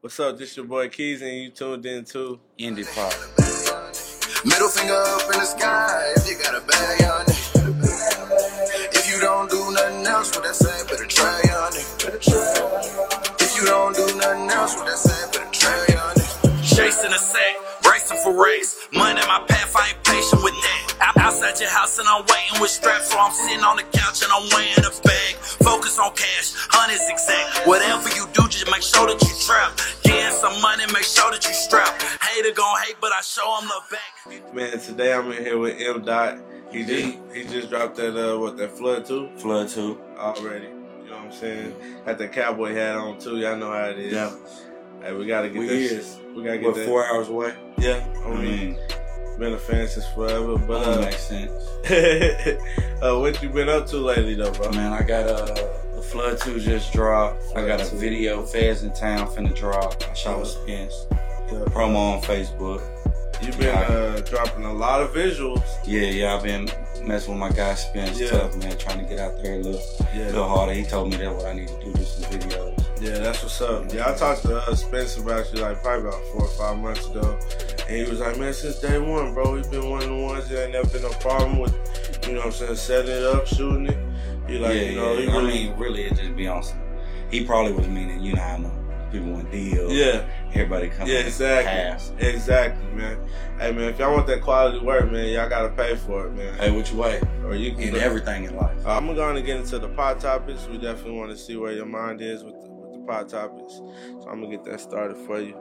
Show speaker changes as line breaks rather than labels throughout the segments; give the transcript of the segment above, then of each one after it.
What's up? This your boy Keys, and you tuned in to
Indie Pop.
Middle finger up in the sky if you got a bag on it. If you don't do nothing else, what I say, better try on it. If you don't do nothing else, what I say, better try on it.
Chasing a sack, racing for race. Money in my path, I ain't patient with that. I'm outside your house and I'm waiting with straps, so I'm sitting on the couch and I'm weighing a bag. Focus on cash, honey's exact. Whatever you do, just make sure that you trap. Getting some money, make sure that you strap. Hater gon' hate, but I show 'em the back.
man. Today I'm in here with M Dot. He just he just dropped that uh what that flood too
Flood 2.
already. You know what I'm saying? Had the cowboy hat on too. Y'all know how it is.
Yeah.
Hey, we gotta get
We
that.
is.
shit- We gotta get
We're
that.
four hours away.
Yeah. I
I
mean,
mean,
been a fan since forever. But
that
uh,
makes sense.
uh, what you been up to lately though, bro?
Man, I got uh, the Flood 2 just dropped. I got a video, Feds in Town, finna drop. I shot with Spence. Promo on Facebook.
You've been uh, dropping a lot of visuals.
Yeah, yeah, I've been messing with my guy Spence
Yeah.
tough, man, trying to get out there a little,
Yeah.
little harder. He told me that what I need to do, do some videos.
Yeah, that's what's up. Yeah, I talked to uh, Spencer about you like probably about four or five months ago, and he was like, "Man, since day one, bro, we've been one of the ones that ain't never been no problem with, you know, what I'm saying, setting it up, shooting it. He like,
yeah,
you know,
yeah.
he really,
I mean, really, it just be on some. He probably was meaning, you know, how I know people want deals.
yeah,
Everybody comes
yeah, exactly,
past.
exactly, man. Hey, man, if y'all want that quality work, man, y'all gotta pay for it, man.
Hey, which way?
Or you can
In everything in life.
Uh, I'm going to get into the pot topics. We definitely want to see where your mind is with the, with the pot topics. So I'm going to get that started for you.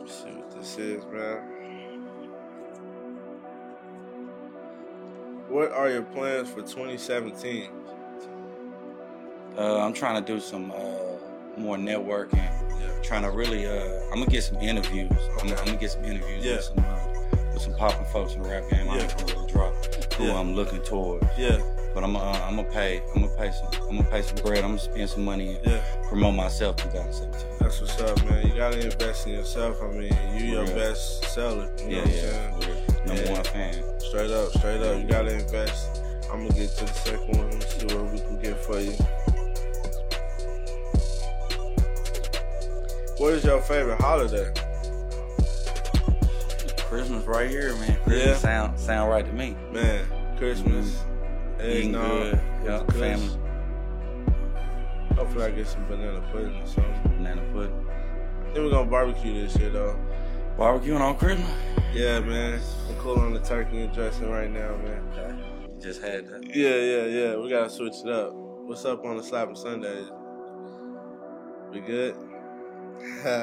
Let's see what this is, man. What are your plans for 2017?
Uh, I'm trying to do some uh, more networking. Trying to really, uh, I'm gonna get some interviews. I'm, I'm gonna get some interviews
Yeah.
with some uh, with some popping folks in the rap game.
Yeah.
I'm gonna really drop who
Yeah.
I'm looking towards.
Yeah,
But I'm uh, I'm gonna pay. I'm gonna pay some. I'm gonna pay some bread. I'm gonna spend some money and
yeah.
promote myself 2017.
That's what's up, man. You got to invest in yourself. I mean, you your
Yeah.
best seller. You know
Yeah,
what I'm
yeah.
saying?
for real. Number
Yeah.
one fan.
Straight up, straight up. You got to invest. I'm going to get to the second one and see what we can get for you. What is your favorite holiday?
Christmas right here, man. Christmas
Yeah.
sound sound right to me.
Man, Christmas.
Mm-hmm. Eating
Eggnog.
good, yeah,
Christmas.
family,
Hopefully I get some banana pudding or something.
banana pudding,
Then we're gonna barbecue this year though.
barbecuing on Christmas.
Yeah, man. I'm cool on the turkey and dressing right now, man.
You just had that.
Yeah, yeah, yeah. We gotta switch it up. What's up on the slapping Sundays? We good?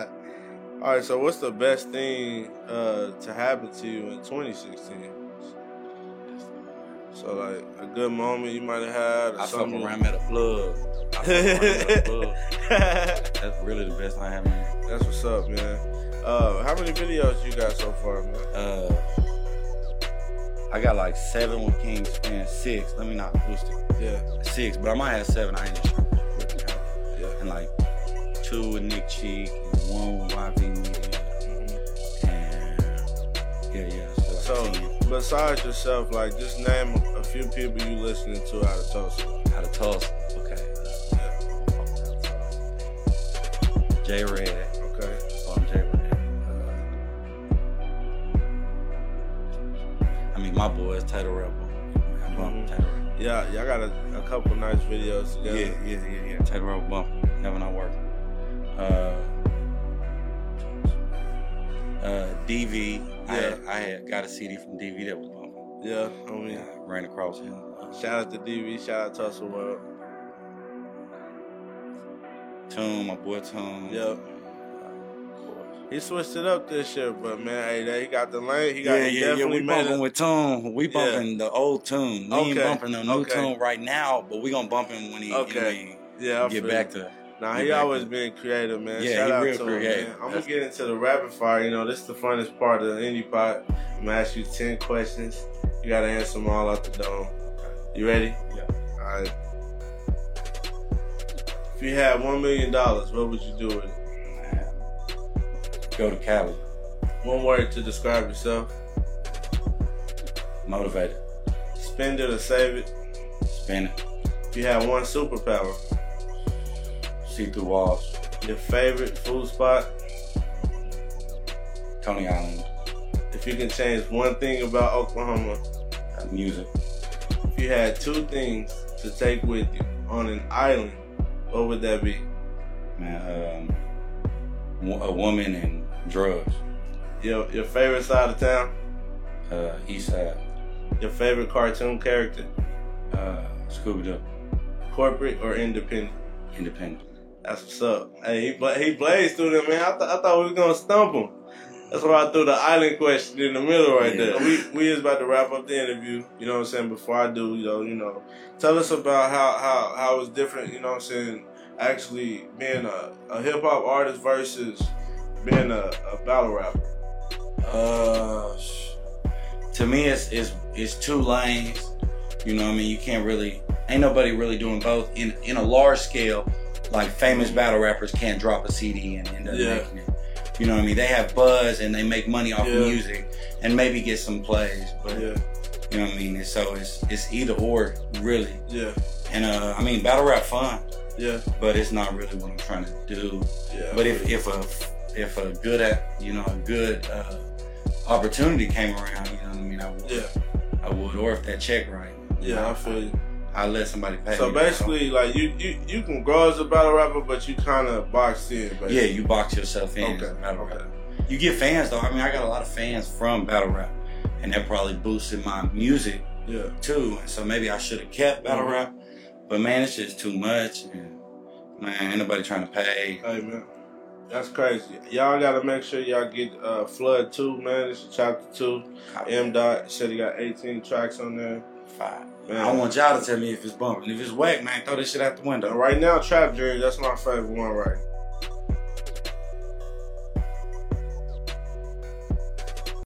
Alright, so what's the best thing uh, to happen to you in 2016? So like a good moment you might have had. Or
I fuck
something.
around at a plug. I fuck around at a plug. That's really the best I have. Man.
That's what's up, man. Uh, how many videos you got so far, man?
Uh, I got like seven with King Span, six. Let me not boost it.
Yeah,
Six, but I might have seven. I ain't just trying to count.
yeah.
And like two with Nick Cheek, and one with YB Media, and yeah, yeah. So,
So,
like 10.
besides yourself, like just name a, a few people you listening to out of Tulsa.
Out of Tulsa. Okay.
Yeah,
J Red.
okay.
Um, J Red. Uh, I mean, my boy is Title Rebel. I bump
Mhm.
Title Rebel.
Yeah, y'all got a, a couple nice videos together.
yeah, yeah, yeah. Title Rebel bump. Never not work. Uh, uh, DV. I, had,
Yeah.
I had got a CD from DV that was bumping.
yeah. Uh-huh. I mean,
I ran across him.
shout out to DV, shout out Tulsa World.
Tune, my boy Tune. Uh,
Yep. He switched it up this year, but man, hey, that- he got the lane. He got
Yeah,
he
yeah, yeah.
definitely
We
made it.
bumping with Tune. We
Yeah.
bumping the old tune. We ain't
Okay,
bumping the new
okay.
tune right now, but we gonna bump him when he, you know,
Okay.
he
Yeah, I
get
feel
back
you.
to.
Nah,
Get
he
back
always
to-
been creative, man.
Yeah,
Shout
he
out
real
to
creative.
him, man. I'm gonna
That's-
get into the rapid fire. You know, this is the funnest part of any pot. I'm gonna ask you ten questions. You gotta answer them all out the dome. You ready?
Yeah.
All right. If you had one million dollars, what would you do with it?
Go to Cali,
One word to describe yourself.
motivated,
Spend it or save it.
spin it,
If you had one superpower,
see through walls,
Your favorite food spot?
Tony Island,
If you can change one thing about Oklahoma,
uh, music.
if you had two things to take with you on an island, what would that be?
Man, um, wo- a woman and drugs.
Your your favorite side of town?
Uh, East Side,
Your favorite cartoon character?
uh, Scooby Doo,
Corporate or independent?
Independent.
That's what's up. Hey, he, bla- he blazed through there, man. I, th- I thought we was gonna stump him. That's why I threw the island question in the middle right
Yeah.
there. We we is about to wrap up the interview. You know what I'm saying? Before I do, though, you know, tell us about how how how it's different. You know what I'm saying? Actually, being a, a hip hop artist versus being a, a battle rapper.
Uh, sh- to me, it's it's it's two lanes. You know, what I mean, you can't really. Ain't nobody really doing both in in a large scale. Like famous battle rappers can't drop a CD and end up
Yeah.
making it. You know what I mean? They have buzz and they make money off
Yeah.
music and maybe get some plays. But
Yeah,
you know what I mean? And so it's it's either or really.
yeah,
And uh, I mean, battle rap fun,
yeah,
but it's not really what I'm trying to do.
yeah.
But if, if a if a good at you know a good uh, opportunity came around, you know what I mean, I would,
yeah,
I would, or if that check right, you
yeah,
know,
I feel you.
I let somebody pay.
So
me back.
basically, like you you you can grow as a battle rapper, but you kind of boxed in. Basically.
yeah, you box yourself in.
Okay,
as a battle
okay.
rapper. You get fans though. I mean, I got a lot of fans from battle rap, and that probably boosted my music
Yeah,
too. And so maybe I should have kept battle
Mhm.
rap, but man, it's just too much. And, man, ain't nobody trying to pay.
hey man, that's crazy. Y'all gotta make sure y'all get uh, Flood Two, man. This is Chapter Two. M Dot said he got 18 tracks on there.
Five.
Man.
I want y'all to tell me if it's bumping. If it's whack, man, throw this shit out the window.
And right now, Trap Dreams, that's my favorite one right.